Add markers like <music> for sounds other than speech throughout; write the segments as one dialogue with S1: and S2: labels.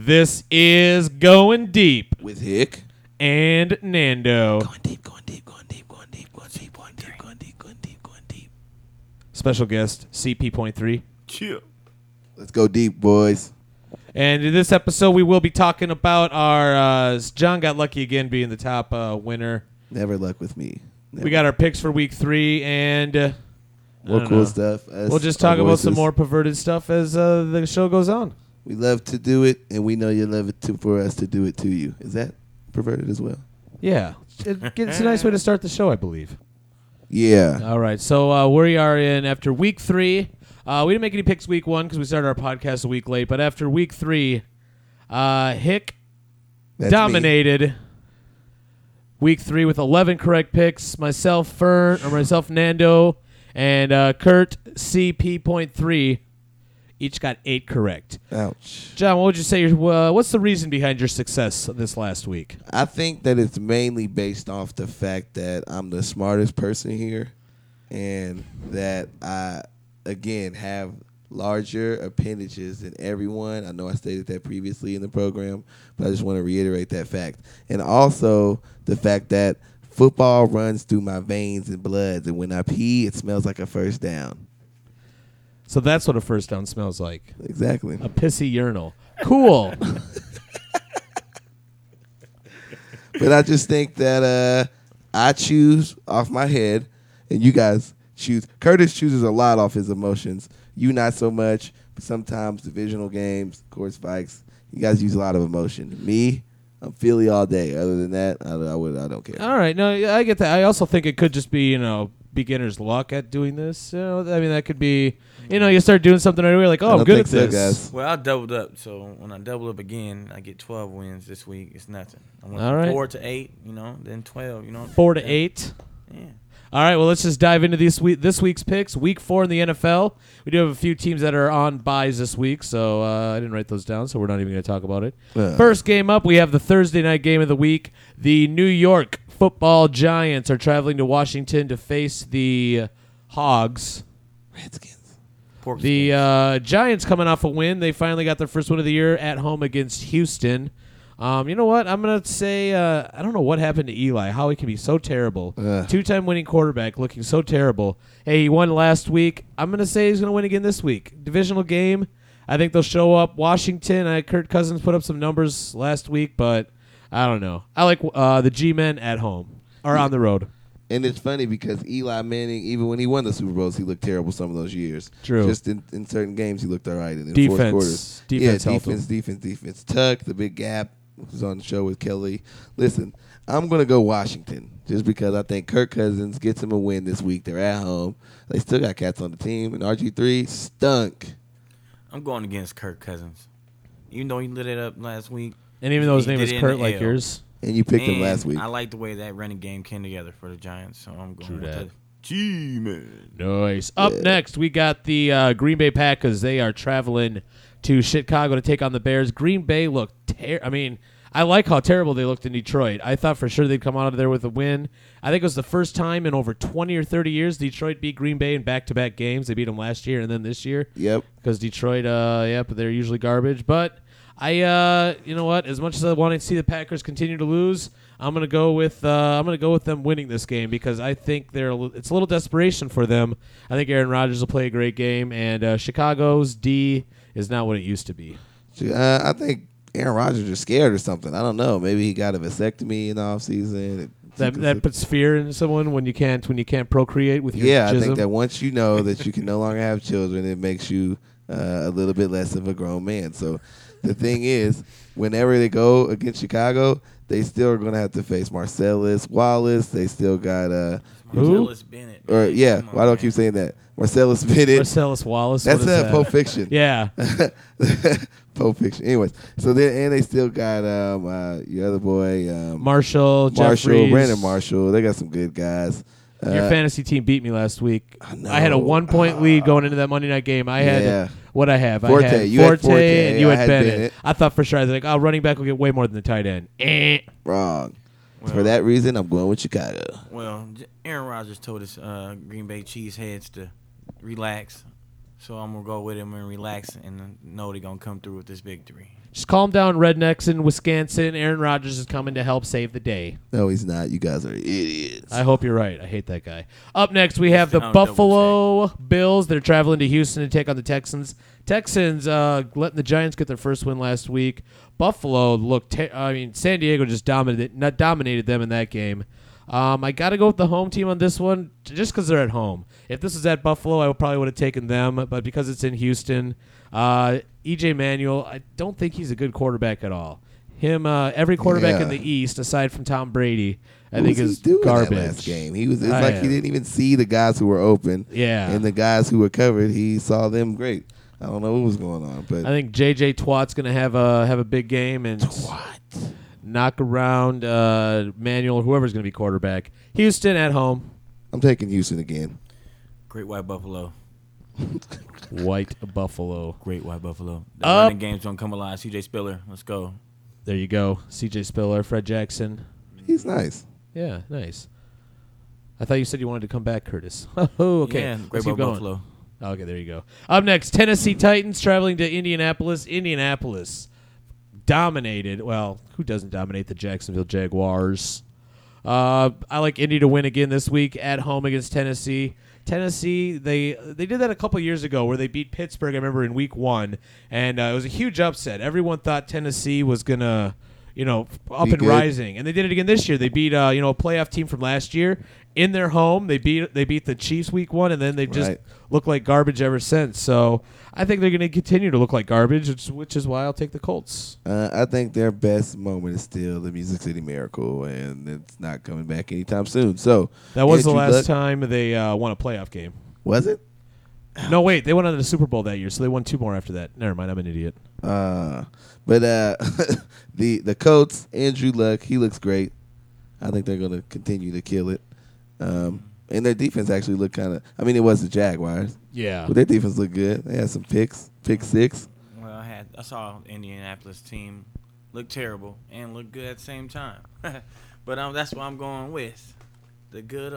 S1: This is Going Deep
S2: with Hick.
S1: and Nando.
S2: Going deep, going deep, going deep, going deep, going deep, going deep, going deep, going deep, going deep.
S1: Special guest, CP.3.
S2: Let's go deep, boys.
S1: And in this episode, we will be talking about our. Uh, John got lucky again being the top uh, winner.
S2: Never luck with me. Never.
S1: We got our picks for week three, and uh, I
S2: more
S1: don't
S2: cool
S1: know.
S2: stuff. us,
S1: We'll just
S2: our
S1: talk about some
S2: voices.
S1: more perverted stuff as uh, the show goes on.
S2: We love to do it, and we know you love it too for us to do it to you. Is that perverted as well?
S1: Yeah, It- it's a nice way to start the show, I believe.
S2: Yeah.
S1: All right, so uh, we are in after week three. Uh, we didn't make any picks week one because we started our podcast a week late, but after week three, uh, Hick
S2: that's me.
S1: dominated week three with 11 correct picks. Myself, Fern, or myself, Nando, and uh, Kurt CP.3 each got eight correct.
S2: Ouch.
S1: John, what would you say? Uh, what's the reason behind your success this last week?
S2: I think that it's mainly based off the fact that I'm the smartest person here and that I, again, have larger appendages than everyone. I know I stated that previously in the program, but I just want to reiterate that fact. And also the fact that football runs through my veins and bloods, and when I pee, it smells like a first down.
S1: So that's what a first down smells like
S2: Exactly.
S1: a pissy urinal. Cool.
S2: but I just think that uh, I choose off my head, and you guys choose. Curtis chooses a lot off his emotions. You not so much. But sometimes divisional games, course fights. You guys use a lot of emotion. Me, I'm Philly all day. Other than that, I, I would. I don't care.
S1: All right, no, yeah, I get that. I also think it could just be you know beginner's luck at doing this. You know, I mean that could be you know you start doing something right away like
S2: I
S1: oh I'm
S2: don't
S1: good
S2: think
S1: at
S2: so,
S1: this.
S2: guys.
S3: Well, I doubled up, so when I double up again, I get twelve wins this week. It's nothing. I went
S1: All
S3: from
S1: right.
S3: four to eight, you know, then twelve, you know.
S1: Four to eight.
S3: Yeah.
S1: All right, well let's just dive into this week this week's picks. Week four in the NFL. We do have a few teams that are on buys this week, so uh, I didn't write those down, so we're not even going to talk about it.
S2: Uh.
S1: First game up, we have the Thursday night game of the week. The New York Football Giants are traveling to Washington to face the Hogs.
S2: Redskins.
S3: Pork
S1: The
S3: skin.
S1: uh, Giants coming off a win. They finally got their first win of the year at home against Houston. Um, you know what? I'm going to say uh, I don't know what happened to Eli, how he can be so terrible.
S2: Ugh.
S1: Two time winning quarterback looking so terrible. Hey, he won last week. I'm going to say he's going to win again this week. Divisional game. I think they'll show up. Washington, I, Kurt Cousins put up some numbers last week, but I don't know. I like uh, the G Men at home or on the road.
S2: And it's funny because Eli Manning, even when he won the Super Bowls, he looked terrible some of those years.
S1: True.
S2: Just in, in certain games, he looked all right. And in
S1: Defense.
S2: fourth quarters,
S1: Defense
S2: yeah,
S1: helped
S2: defense, defense, defense. Tuck, the big gap, was on the show with Kelly. Listen, I'm gonna go Washington just because I think Kirk Cousins gets him a win this week. They're at home. They still got cats on the team, and RG3 stunk.
S3: I'm going against Kirk Cousins. Even though he lit it up last week.
S1: And even though his
S3: He
S1: name
S3: did
S1: is
S3: it in
S1: Kurt,
S3: the
S1: like
S3: L.
S1: yours.
S2: And you picked him
S3: and
S2: last week.
S3: I like the way that running game came together for the Giants, so I'm going
S1: True
S3: with
S1: dat.
S3: the G man.
S1: Nice. Up next, we got the uh, Green Bay Packers. They are traveling to Chicago to take on the Bears. Green Bay looked ter- I mean, I like how terrible they looked in Detroit. I thought for sure they'd come out of there with a win. I think it was the first time in over 20 or 30 years Detroit beat Green Bay in back-to-back games. They beat them last year and then this year
S2: yep.
S1: because Detroit, uh, yeah, but they're usually garbage. But I, uh, you know what? As much as I want to see the Packers continue to lose, I'm gonna go with uh, I'm gonna go with them winning this game because I think they're a li- it's a little desperation for them. I think Aaron Rodgers will play a great game, and uh, Chicago's D is not what it used to be.
S2: Uh, I think Aaron Rodgers is scared or something. I don't know. Maybe he got a vasectomy in the offseason.
S1: That that puts fear in someone when you can't when you can't procreate with your
S2: Yeah, I
S1: jism.
S2: think that once you know that you can no longer have children, it makes you uh, a little bit less of a grown man. So the thing is, whenever they go against Chicago, they still are going to have to face Marcellus Wallace. They still got uh,
S1: Who?
S3: Marcellus Bennett.
S2: or
S3: man.
S2: yeah,
S3: Come on,
S2: why do I
S3: man.
S2: keep saying that? Marcellus Bennett.
S1: Marcellus Wallace.
S2: That's
S1: what is
S2: uh,
S1: that?
S2: Pulp Fiction.
S1: Yeah,
S2: <laughs> Pulp Fiction. Anyways, so then and they still got um uh, your other boy um,
S1: Marshall,
S2: Marshall,
S1: Jeffries.
S2: Brandon Marshall. They got some good guys.
S1: Your
S2: Uh,
S1: fantasy team beat me last week.
S2: I know. Uh,
S1: I, had a one point lead going into that Monday night game. I had
S2: Yeah.
S1: what I have.
S2: Forte.
S1: I had
S2: You
S1: Forte,
S2: had Forte.
S1: and you
S2: I
S1: had,
S2: had
S1: Bennett.
S2: Bennett.
S1: I thought for sure I was like, oh, running back will get way more than the tight end. Eh.
S2: wrong. For
S3: Well-
S2: that reason, I'm going with Chicago.
S3: Well, J- Aaron Rodgers told us uh, Green Bay cheeseheads to relax, so I'm gonna go with him and relax and know they're gonna come through with this victory.
S1: Just calm down, rednecks in Wisconsin. Aaron Rodgers is coming to help save the day.
S2: No, he's not. You guys are idiots.
S1: I hope you're right. I hate that guy. Up next, we have the
S3: down, double
S1: Buffalo Bills. They're traveling to Houston to take on the Texans. Texans uh, letting the Giants get their first win last week. Buffalo looked. Ter- I mean, San Diego just dominated. Not dominated them in that game. Um, I got to go with the home team on this one, j- just because they're at home. If this was at Buffalo, I probably would have taken them, but because it's in Houston, uh, EJ Manuel, I don't think he's a good quarterback at all. Him, uh, every quarterback in
S2: Yeah.
S1: the East, aside from Tom Brady, I
S2: What
S1: think
S2: was he
S1: is
S2: doing that
S1: garbage.
S2: last game. He was. It's
S1: I
S2: like he
S1: am.
S2: didn't even see the guys who were open.
S1: Yeah.
S2: And the guys who were covered, he saw them great. I don't know what was going on, but
S1: I think JJ Twat's gonna have a have a big game and knock around uh, Manuel, whoever's gonna be quarterback. Houston at home,
S2: I'm taking Houston again.
S3: Great White Buffalo.
S1: White Buffalo.
S3: Great White Buffalo. The
S1: Up.
S3: running game's don't come alive. CJ Spiller, let's go.
S1: There you go. C.J. Spiller, Fred Jackson.
S2: He's nice.
S1: Yeah, nice. I thought you said you wanted to come back, Curtis. <laughs> oh, okay.
S3: Yeah, Great
S1: Let's keep
S3: White
S1: going.
S3: Buffalo.
S1: Okay, there you go. Up next, Tennessee Titans traveling to Indianapolis. Indianapolis dominated. Well, who doesn't dominate the Jacksonville Jaguars? Uh, I like Indy to win again this week at home against Tennessee. Tennessee, they they did that a couple years ago where they beat Pittsburgh. I remember in week one, and uh, it was a huge upset. Everyone thought Tennessee was gonna, you know, up
S2: Be
S1: and
S2: good.
S1: rising, and they did it again this year. They beat uh, you know a playoff team from last year in their home. They beat they beat the Chiefs week one, and then they just
S2: Right.
S1: look like garbage ever since. So I think they're going to continue to look like garbage, which, which is why I'll take the Colts.
S2: Uh, I think their best moment is still the Music City Miracle, and it's not coming back anytime soon. So
S1: That was the
S2: Andrew
S1: last
S2: Luck-
S1: time they uh, won a playoff game.
S2: Was it?
S1: No, wait, they went on to the Super Bowl that year, so they won two more after that. Never mind, I'm an idiot.
S2: Uh, but uh, <laughs> the the Colts, Andrew Luck, he looks great. I think they're going to continue to kill it. Um, and their defense actually looked kind of. I mean, it was the Jaguars,
S1: Yeah,
S2: but their defense looked good. They had some picks, pick six.
S3: Well, I had I saw Indianapolis team look terrible and look good at the same time, <laughs> but um, that's what I'm going with the good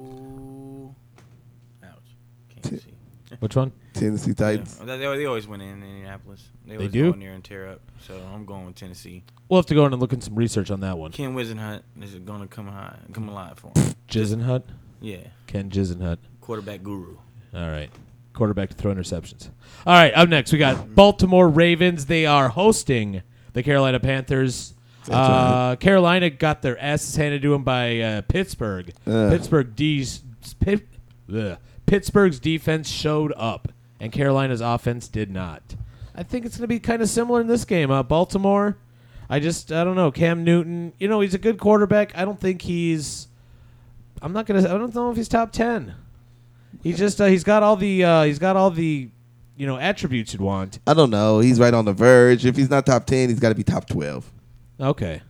S3: old. Ouch! Can't see.
S1: which one?
S2: Tennessee
S3: Yeah.
S2: Titans.
S3: They, they always win in Indianapolis. They, always
S1: do?
S3: go in there and tear up. So I'm going with Tennessee.
S1: We'll have to go in and look in some research on that one.
S3: Ken Wisenhunt is going to come high, come alive for him.
S1: Jizenhut,
S3: yeah,
S1: Ken Jizenhut.
S3: quarterback guru.
S1: All right. Quarterback to throw interceptions. All right, up next we got Baltimore Ravens. They are hosting the Carolina Panthers. Uh, Carolina got their asses handed to them by uh, Pittsburgh.
S2: Ugh.
S1: Pittsburgh D's Pit, ugh. Pittsburgh's defense showed up, and Carolina's offense did not. I think it's going to be kind of similar in this game. Uh, Baltimore, I just I don't know. Cam Newton, you know he's a good quarterback. I don't think he's. I'm not gonna. I don't know if he's top ten. He just uh, he's got all the uh, he's got all the you know attributes you'd want.
S2: I don't know. He's right on the verge. If he's not top ten, he's got to be top twelve,
S1: Okay,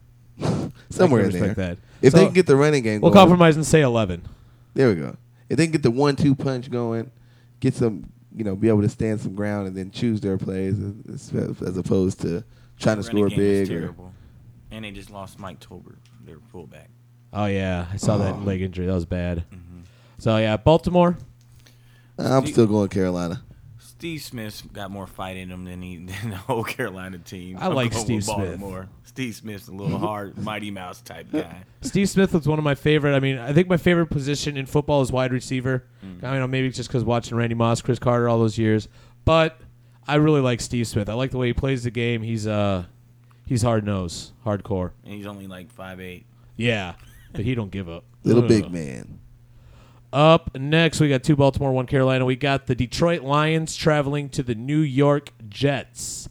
S2: somewhere
S1: I
S2: in
S1: can
S2: there.
S1: respect that.
S2: If
S1: So,
S2: they can get the running game,
S1: we'll
S2: going,
S1: compromise and say eleven.
S2: There we go. If they can get the one-two punch going, get some, you know, be able to stand some ground and then choose their plays as, as- as opposed to trying to
S3: Running
S2: score
S3: game is
S2: big. Or,
S3: terrible. And they just lost Mike Tolbert, their fullback.
S1: Oh yeah, I saw that leg injury. That was bad. So yeah, Baltimore.
S2: I'm still going Carolina.
S3: Steve Smith's got more fight in him than he <laughs> than the whole Carolina team.
S1: I like
S3: going
S1: Steve
S3: with
S1: Smith.
S3: Baltimore. Steve Smith's a
S1: <laughs>
S3: little hard, Mighty Mouse type guy.
S1: Steve Smith was one of my favorite. I mean, I think my favorite position in football is wide receiver. I don't know, maybe it's just because watching Randy Moss, Chris Carter, all those years. But I really like Steve Smith. I like the way he plays the game. He's uh, he's hard nose, hardcore.
S3: And he's only like five eight.
S1: Yeah, but he don't give up.
S2: Little
S1: Ugh.
S2: big man.
S1: Up next, we got two Baltimore, one Carolina. We got the Detroit Lions traveling to the New York Jets.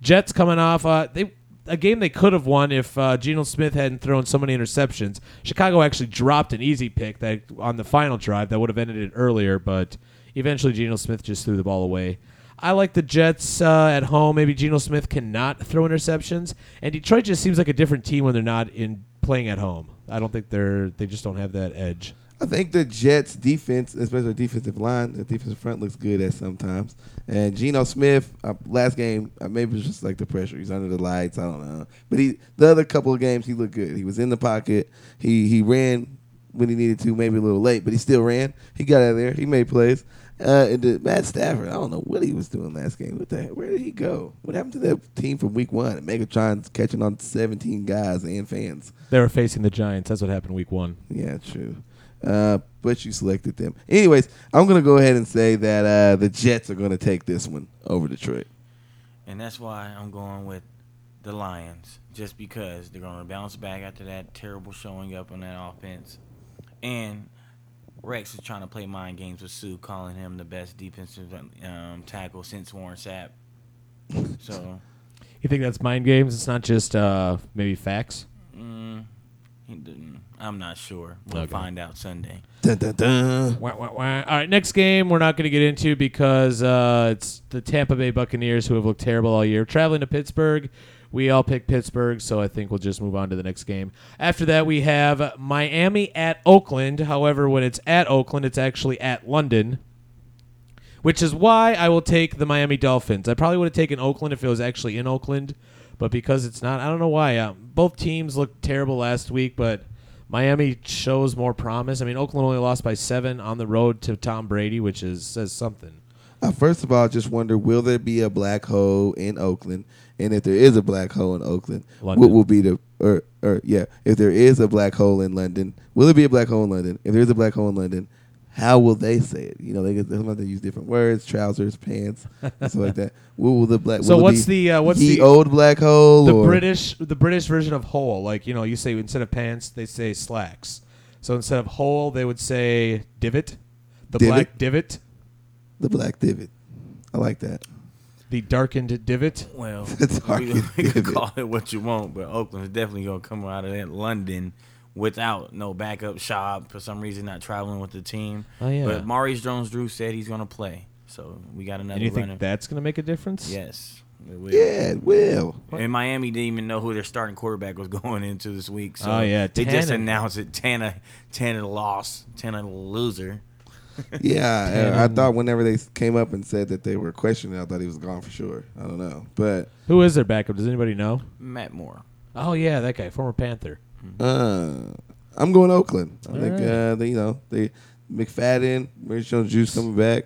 S1: Jets coming off uh, they a game they could have won if uh, Geno Smith hadn't thrown so many interceptions. Chicago actually dropped an easy pick that on the final drive that would have ended it earlier, but eventually Geno Smith just threw the ball away. I like the Jets uh, at home. Maybe Geno Smith cannot throw interceptions, and Detroit just seems like a different team when they're not in playing at home. I don't think they're they just don't have that edge.
S2: I think the Jets' defense, especially their defensive line, the defensive front looks good at sometimes. And Geno Smith, uh, last game, uh, maybe it's just like the pressure. He's under the lights. I don't know. But he, the other couple of games, he looked good. He was in the pocket. He he ran when he needed to, maybe a little late, but he still ran. He got out of there. He made plays. Uh, and the, Matt Stafford, I don't know what he was doing last game. What the heck? Where did he go? What happened to that team from week one? Megatron's catching on 17 guys and fans.
S1: They were facing the Giants. That's what happened week one.
S2: Yeah, true. Uh, but you selected them. Anyways, I'm going to go ahead and say that uh, the Jets are going to take this one over Detroit.
S3: And that's why I'm going with the Lions, just because they're going to bounce back after that terrible showing up on that offense. And Rex is trying to play mind games with Sue, calling him the best defensive um, tackle since Warren Sapp. So,
S1: You think that's mind games? It's not just uh, maybe facts.
S3: mm, he didn't- I'm not sure. We'll
S1: Okay.
S3: find out Sunday.
S2: Dun, dun, dun.
S1: Wah, wah, wah. All right, next game we're not going to get into because uh, it's the Tampa Bay Buccaneers who have looked terrible all year. Traveling to Pittsburgh, we all picked Pittsburgh, so I think we'll just move on to the next game. After that, we have Miami at Oakland. However, when it's at Oakland, it's actually at London, which is why I will take the Miami Dolphins. I probably would have taken Oakland if it was actually in Oakland, but because it's not, I don't know why. Uh, both teams looked terrible last week, but Miami shows more promise. I mean, Oakland only lost by seven on the road to Tom Brady, which is says something.
S2: I Uh, first of all just wonder will there be a black hole in Oakland? And if there is a black hole in Oakland,
S1: London.
S2: what will be the or or yeah, if there is a black hole in London, will it be a black hole in London? If there is a black hole in London, how will they say it? You know, they get they use different words, trousers, pants, and stuff
S1: <laughs>
S2: like that. What will the black?
S1: So
S2: will it
S1: what's
S2: be
S1: the, uh, what's
S2: ye
S1: the-
S2: old black hole?
S1: The
S2: or-
S1: British, the British version of hole, like you know, you say instead of pants, they say slacks. So instead of hole, they would say divot, the
S2: Divot?
S1: black divot,
S2: the black divot. I like that.
S1: the darkened divot.
S2: <laughs>
S3: Well,
S2: That's hard
S3: we,
S2: to
S3: we can
S2: give it.
S3: call it what you want, but Oakland's definitely gonna come out of that London without no backup Shab for some reason not traveling with the team.
S1: Oh, yeah.
S3: But Maurice Jones-Drew said he's gonna play, so we got another
S1: And you
S3: running.
S1: think that's gonna make a difference?
S3: yes. it will.
S2: Yeah, it will.
S3: And Miami didn't even know who their starting quarterback was <laughs> going into this week. So
S1: Oh, yeah,
S3: they just
S1: Tannen.
S3: announced it. Tana, Tana lost. Tana loser.
S1: <laughs>
S2: Yeah, I, I
S1: Tatum.
S2: thought whenever they came up and said that they were questioning, I thought he was gone for sure. I don't know, but
S1: Who is their backup? Does anybody know?
S3: Matt Moore. <laughs>
S1: Oh yeah, that guy, former Panther.
S2: uh, I'm going Oakland. I
S1: Mm-hmm. All
S2: think
S1: right.
S2: uh, they, you know, they McFadden, Maurice Jones-Drew coming back.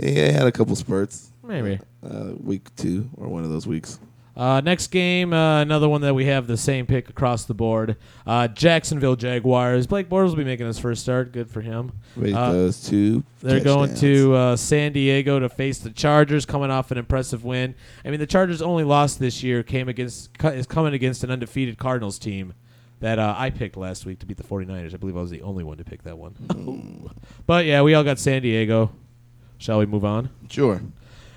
S2: He had a couple spurts,
S1: Maybe.
S2: uh, week two or one of those weeks.
S1: Uh, next game, uh, another one that we have the same pick across the board. Uh, Jacksonville Jaguars. Blake Bortles will be making his first start. Good for him.
S2: Raised
S1: Uh,
S2: those two.
S1: They're going
S2: touchdowns.
S1: to uh, San Diego to face the Chargers, coming off an impressive win. I mean, the Chargers' only loss this year came against co- is coming against an undefeated Cardinals team that uh, I picked last week to beat the 49ers. I believe I was the only one to pick that one. <laughs> but yeah, we all got San Diego. Shall we move on?
S2: sure.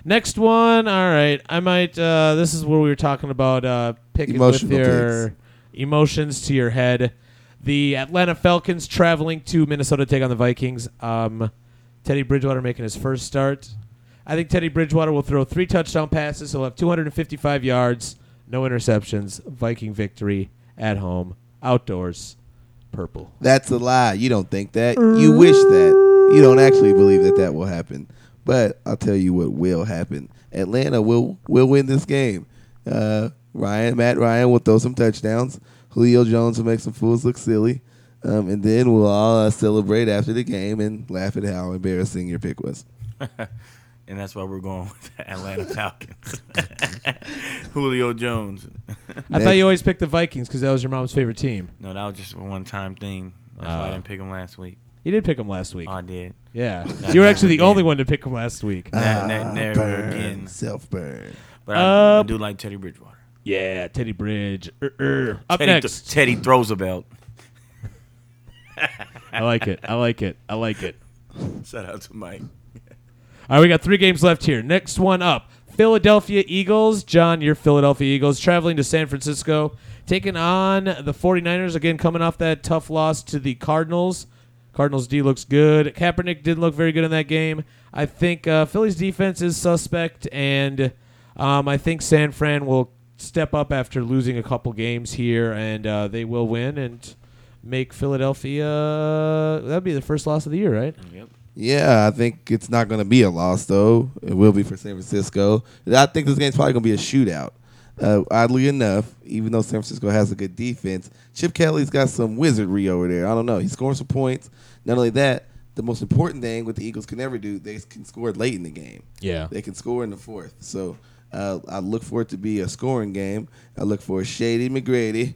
S1: Next one. All right. I might. Uh, this is where we were talking about uh, picking
S2: Emotional
S1: with your emotions to your head. The Atlanta Falcons traveling to Minnesota to take on the Vikings. Um, Teddy Bridgewater making his first start. I think Teddy Bridgewater will throw three touchdown passes. He'll have 255 yards, no interceptions. Viking victory at home, outdoors, purple.
S2: That's a lie. You don't think that. You wish that. You don't actually believe that that will happen. But I'll tell you what will happen. Atlanta will will win this game. Uh, Ryan, Matt Ryan will throw some touchdowns. Julio Jones will make some fools look silly, um, and then we'll all uh, celebrate after the game and laugh at how embarrassing your pick was.
S3: And that's why we're going with the Atlanta Falcons. <laughs> Julio Jones.
S1: I thought
S2: Next.
S1: you always picked the Vikings because that was your mom's favorite team.
S3: No, that was just a one time thing. That's why I
S1: Oh.
S3: didn't pick him last week. Oh,
S1: You did pick them last week.
S3: I did.
S1: Yeah.
S3: Uh, Not
S1: You were actually the
S3: again.
S1: only one to pick them last week.
S3: Nah, nah,
S2: Ah,
S3: never again.
S2: self burn.
S3: But I, I
S1: Up.
S3: do like Teddy Bridgewater.
S1: Yeah, Teddy Bridge. er, Er-er. Up
S3: Teddy,
S1: next.
S3: Teddy throws a belt.
S1: I like it. I like it. I like it.
S3: Shout out to Mike.
S1: All right, we got three games left here. Next one up Philadelphia Eagles. John, your Philadelphia Eagles traveling to San Francisco, taking on the 49ers. Again, coming off that tough loss to the Cardinals. Cardinals D looks good. Kaepernick didn't look very good in that game. I think uh, Philly's defense is suspect, and um, I think San Fran will step up after losing a couple games here, and uh, they will win and make Philadelphia. uh, That'd be the first loss of the year, right?
S3: Yep.
S2: Yeah, I think it's not going to be a loss though. It will be for San Francisco. I think this game's probably going to be a shootout. Uh, oddly enough, even though San Francisco has a good defense, Chip Kelly's got some wizardry over there. I don't know. He's scoring some points. Not only that, the most important thing what the Eagles can never do, they can score late in the game.
S1: Yeah.
S2: They can score in the fourth. So uh, I look for it to be a scoring game. I look for Shady McGrady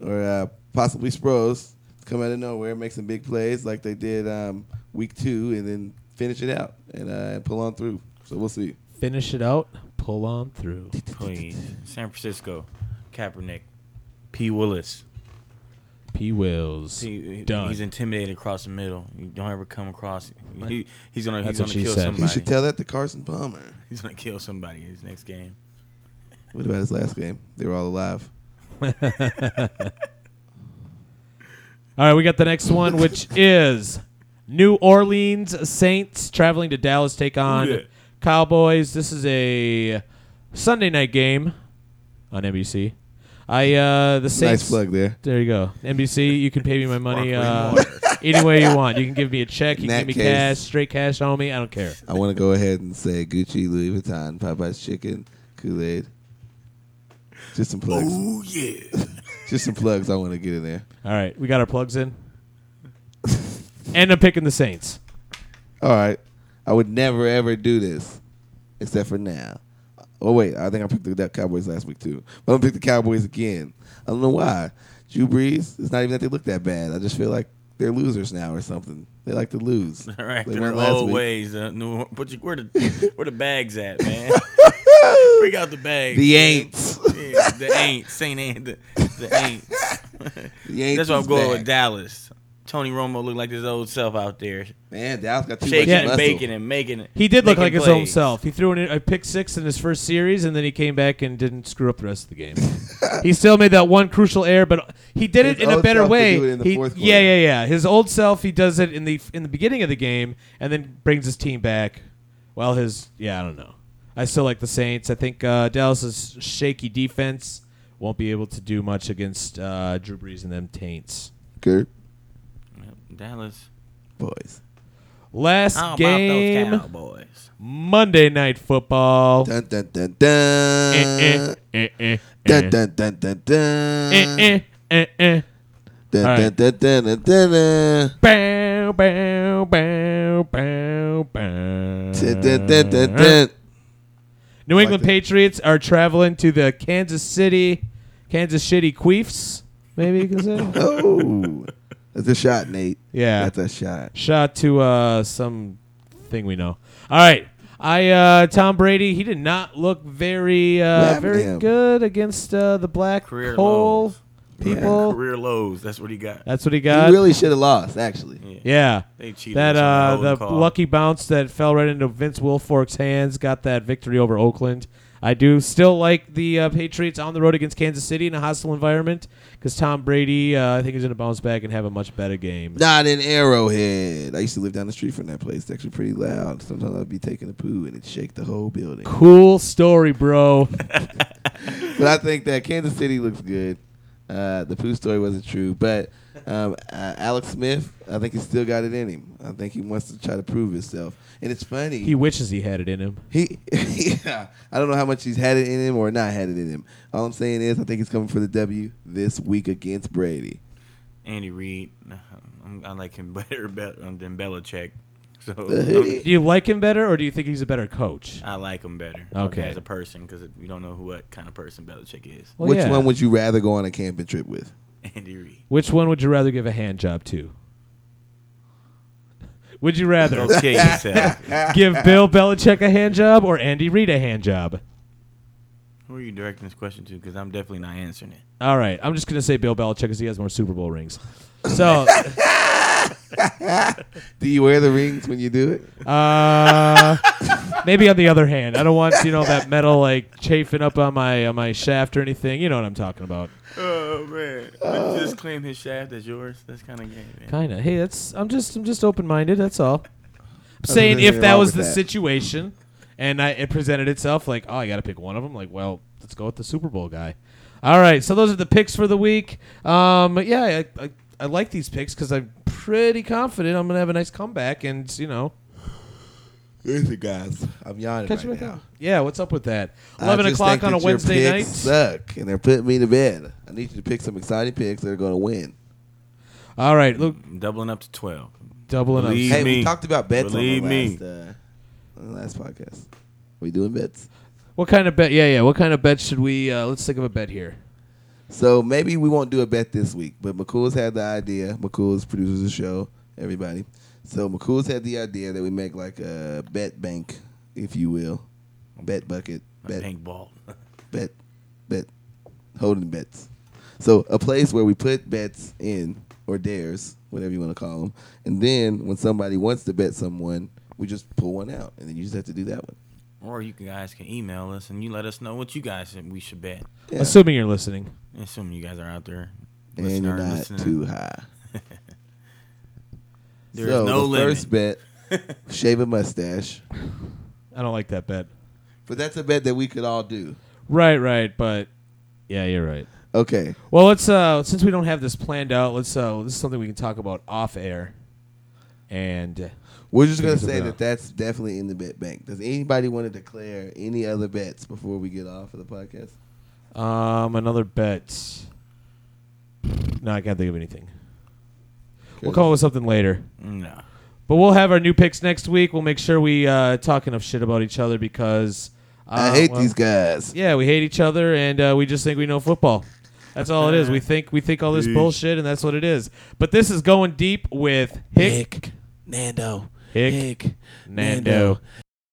S2: or uh, possibly Sproles to come out of nowhere, make some big plays like they did um, week two, and then finish it out and uh, pull on through. So we'll see.
S1: Finish it out. Pull on through.
S3: Please. San Francisco, Kaepernick, P. Willis.
S1: P. Wills.
S3: See,
S1: Done.
S3: He's intimidated across the middle. You don't ever come across. He, he's gonna.
S1: That's what
S3: he's gonna
S1: she
S3: kill
S1: said.
S2: You
S3: somebody.
S2: should tell that to Carson Palmer.
S3: he's gonna kill somebody in his next game.
S2: What about his last game? They were all alive.
S1: All right, we got the next one,
S3: <laughs>
S1: which is New Orleans Saints traveling to Dallas to take on
S3: Yeah.
S1: Cowboys. This is a Sunday night game on NBC. I uh the Saints.
S2: Nice plug there.
S1: There you go. NBC, you can pay me my money uh, <laughs>
S3: Sparkling
S1: any way you want. You can give me a check, you
S2: In
S1: can give
S2: that
S1: me
S2: case-
S1: cash, straight cash on me. I don't care.
S2: I want to go ahead and say Gucci, Louis Vuitton, Popeye's Chicken, Kool Aid. Just some plugs.
S3: Oh yeah.
S2: Just some plugs I want to get in there.
S1: All right, we got our plugs in. and I'm picking the Saints.
S2: All right. I would never, ever do this except for now. Oh, wait. I think I picked the Dallas Cowboys last week, too. But I'm going to pick the Cowboys again. I don't know why. Drew Brees, it's not even that they look that bad. I just feel like they're losers now or something. They like to lose.
S3: All <laughs> right.
S2: They
S3: There are
S2: won last
S3: old
S2: week.
S3: ways. Uh, new, but you, where the where the bags at, man? <laughs> Bring out the bags.
S2: <laughs> The Aints.
S3: man. Yeah, the ain't Saint Ain't the, the ain't.
S2: <laughs> The Aints
S3: That's why I'm
S2: is
S3: going
S2: back.
S3: with Dallas. Tony Romo looked like his old self out there,
S2: Man, Dallas got too
S3: shaking
S2: much
S3: and
S2: muscle.
S3: baking and making it.
S1: He did look
S3: making
S1: like his own
S3: plays.
S1: self. He threw in a pick six in his first series, and then he came back and didn't screw up the rest of the game.
S2: <laughs>
S1: he still made that one crucial error, but he did it
S2: His
S1: in a
S2: old
S1: better
S2: self could
S1: way.
S2: do it in the
S1: He-
S2: fourth
S1: yeah,
S2: quarter.
S1: yeah, yeah. His old self, he does it in the in the beginning of the game, and then brings his team back. Well, his yeah, I don't know. I still like the Saints. I think uh, Dallas's shaky defense won't be able to do much against uh, Drew Brees and them taints.
S2: Good
S3: Yep, Dallas.
S2: boys.
S1: Last
S3: How about those
S1: game,
S3: Cowboys?
S1: Monday Night Football.
S2: Dun dun dun dun.
S1: Eh, eh, eh, eh, eh.
S2: Dun dun dun dun dun.
S1: Eh, eh, eh, eh.
S2: Dun
S1: All
S2: dun
S1: right.
S2: dun dun dun dun. dun.
S1: Bow, bow, bow, bow, bow.
S2: Dun dun dun dun dun.
S1: New
S2: Like
S1: England
S2: that.
S1: Patriots are traveling to the Kansas City, Kansas Shitty Queefs, maybe you can say.
S2: <laughs> Oh, that's a shot, Nate.
S1: Mm. Yeah.
S2: that's a shot.
S1: Shot to uh, some thing we know. All right. I uh, Tom Brady, he did not look very uh,
S2: happened to
S1: very
S2: him?
S1: good against uh, the black
S3: Career
S1: hole
S3: lows.
S1: people.
S3: Career lows. That's what he got.
S1: That's what he
S2: You
S1: got.
S2: he really should have lost, actually.
S3: Yeah.
S1: yeah.
S3: They cheated.
S1: That
S3: us on
S1: uh, the
S3: holding call.
S1: lucky bounce that fell right into Vince Wilfork's hands got that victory over Oakland. I do still like the uh, Patriots on the road against Kansas City in a hostile environment because Tom Brady, uh, I think, is going to bounce back and have a much better game.
S2: Not in Arrowhead. I used to live down the street from that place. It's actually pretty loud. Sometimes I'd be taking a poo and it'd shake the whole building.
S1: Cool story, bro.
S2: but I think that Kansas City looks good. Uh, the poo story wasn't true, but um, uh, Alex Smith, I think he still got it in him. I think he wants to try to prove himself, and it's funny.
S1: he wishes he had it in him.
S2: He, <laughs> yeah, I don't know how much he's had it in him or not had it in him. All I'm saying is, I think he's coming for the W this week against Brady.
S3: Andy Reid. Nah, I'm, I like him <laughs> better, better than Belichick. So
S2: hoodie.
S1: Do you like him better, or do you think he's a better coach?
S3: I like him better.
S1: Okay.
S3: As a person, because you don't know who what kind of person Belichick is.
S1: Well,
S2: Which
S1: yeah.
S2: one would you rather go on a camping trip with?
S3: <laughs> Andy Reid.
S1: Which one would you rather give a hand job to? Would you
S3: <laughs>
S1: rather
S3: Okay, yourself. <laughs>
S1: give Bill Belichick a hand job or Andy Reid a hand job?
S3: Who are you directing this question to? Because I'm definitely not answering it.
S1: All right, I'm just gonna say Bill Belichick because he has more Super Bowl
S2: <coughs>
S1: rings. So,
S2: Do you wear the rings when you do it?
S1: uh, maybe on the other hand, I don't want you know that metal like chafing up on my on my shaft or anything. You know what I'm talking about?
S3: Oh man! But you just claim his shaft as yours. That's kind of gay, man.
S1: Kinda. Hey, that's I'm just I'm just open minded. That's all. I'm saying if
S2: anything
S1: that
S2: wrong
S1: was
S2: with
S1: the
S2: that.
S1: situation and I, it presented itself, like oh I got to pick one of them. Like well let's go with the Super Bowl guy. All right, so those are the picks for the week. Um, yeah, I, I, I like these picks because I'm pretty confident I'm gonna have a nice comeback and you know.
S2: Listen, guys, I'm yawning
S1: Catch
S2: right
S1: me back
S2: now.
S1: up. Yeah, what's up with that?
S2: I
S1: Eleven
S2: just
S1: o'clock
S2: think
S1: on a
S2: that your
S1: Wednesday night.
S2: picks Suck, and they're putting me to bed. I need you to pick some exciting picks that are going to win.
S1: All right, look,
S3: I'm doubling up to twelve.
S1: doubling up.
S3: Believe
S2: Hey, we
S3: me.
S2: talked about bets
S3: Believe
S2: on
S3: me.
S2: the last, uh, on the last podcast. We doing bets.
S1: What kind of bet? Yeah, yeah. What kind of bet should we? Uh, let's think of a bet here.
S2: So maybe we won't do a bet this week, but McCool's had the idea. McCool's produces the show, everybody. So McCool's had the idea that we make like a bet bank, if you will. Bet bucket. Bet
S3: Pink ball. <laughs>
S2: bet, bet, holding bets. So a place where we put bets in or dares, whatever you want to call them, and then when somebody wants to bet someone, we just pull one out, and then you just have to do that one.
S3: Or you guys can email us and you let us know what you guys should, we should bet.
S2: Yeah.
S1: Assuming you're listening.
S3: Assuming you guys are out there.
S2: and
S3: listener-
S2: you're not
S3: listening.
S2: too high.
S3: There is
S2: so
S3: no
S2: the
S3: limit.
S2: first bet,
S3: <laughs>
S2: shave a mustache,
S1: I don't like that bet.
S2: but that's a bet that we could all do.
S1: Right, right. But yeah, you're right.
S2: Okay,
S1: Well, let's uh since we don't have this planned out, let's uh this is something we can talk about off air. And
S2: we're just gonna
S1: Figure
S2: say
S1: it
S2: that
S1: out.
S2: that's definitely in the bet bank. Does anybody want to declare any other bets before we get off of the podcast?
S1: um another bet. No, I can't think of anything. We'll come up with something later.
S3: No.
S1: But we'll have our new picks next week. We'll make sure we uh talk enough shit about each other because uh,
S2: I hate
S1: well,
S2: these guys.
S1: Yeah, we hate each other and uh, we just think we know football. That's all it is. We think we think all this bullshit and that's what it is. But this is going deep with Hick,
S4: Nando.
S1: Hick,
S4: Hick,
S1: Nando.